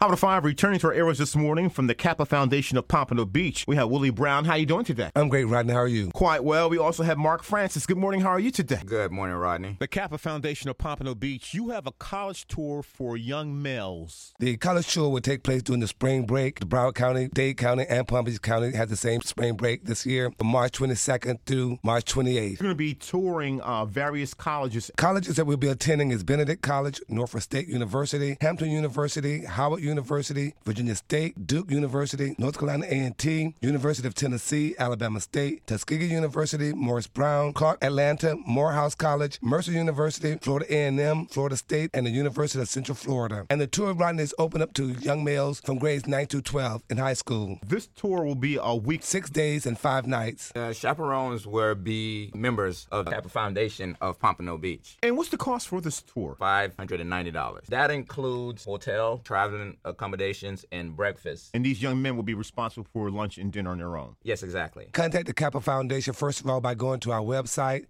Out of five, returning to our airways this morning from the Kappa Foundation of Pompano Beach, we have Willie Brown. How you doing today? I'm great, Rodney. How are you? Quite well. We also have Mark Francis. Good morning. How are you today? Good morning, Rodney. The Kappa Foundation of Pompano Beach, you have a college tour for young males. The college tour will take place during the spring break. The Broward County, Dade County, and Palm Beach County had the same spring break this year, from March 22nd through March 28th. You're going to be touring uh, various colleges. Colleges that we'll be attending is Benedict College, Norfolk State University, Hampton University, Howard University, Virginia State, Duke University, North Carolina A&T, University of Tennessee, Alabama State, Tuskegee University, Morris Brown, Clark Atlanta, Morehouse College, Mercer University, Florida A&M, Florida State, and the University of Central Florida. And the tour run is open up to young males from grades 9 through 12 in high school. This tour will be a week. Six days and five nights. Uh, chaperones will be members of the Kappa Foundation of Pompano Beach. And what's the cost for this tour? $590. That includes hotel, traveling accommodations, and breakfast. And these young men will be responsible for lunch and dinner on their own. Yes, exactly. Contact the Kappa Foundation first of all by going to our website,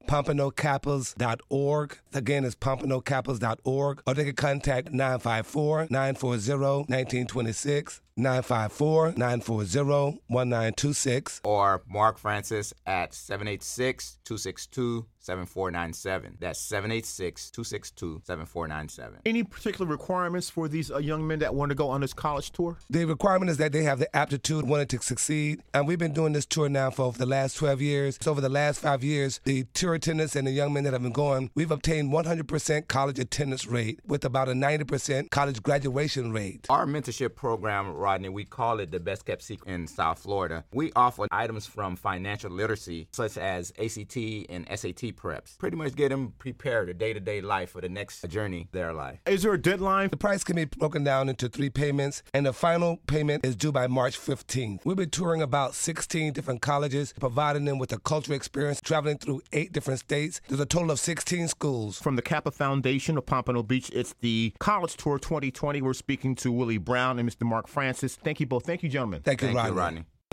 pompanocappas.org. Again, it's pompanocappas.org. Or they can contact 954 940 1926, 954 940 1926. Or Mark Francis at 786 262 7497. That's 786 262 7497. Any particular requirements for these uh, young men that want to go on this college tour? The requirement is that they have the aptitude, wanted to succeed. And we've been doing this tour now for over the last 12 years. So over the last five years, the tour attendants and the young men that have been going, we've obtained 100% college attendance rate with about a 90% college graduation rate. Our mentorship program, Rodney, we call it the best kept secret in South Florida. We offer items from financial literacy, such as ACT and SAT preps. Pretty much get them prepared a day to day life for the next journey of their life. Is there a deadline? The price can be broken down into three payments, and the final payment is due by March 15th. We'll be touring about 16 different colleges, providing them with a cultural experience, traveling through eight different states. There's a total of 16 schools. From the Kappa Foundation of Pompano Beach, it's the College Tour 2020. We're speaking to Willie Brown and Mr. Mark Francis. Thank you both. Thank you, gentlemen. Thank you, Thank Rodney. you, Rodney.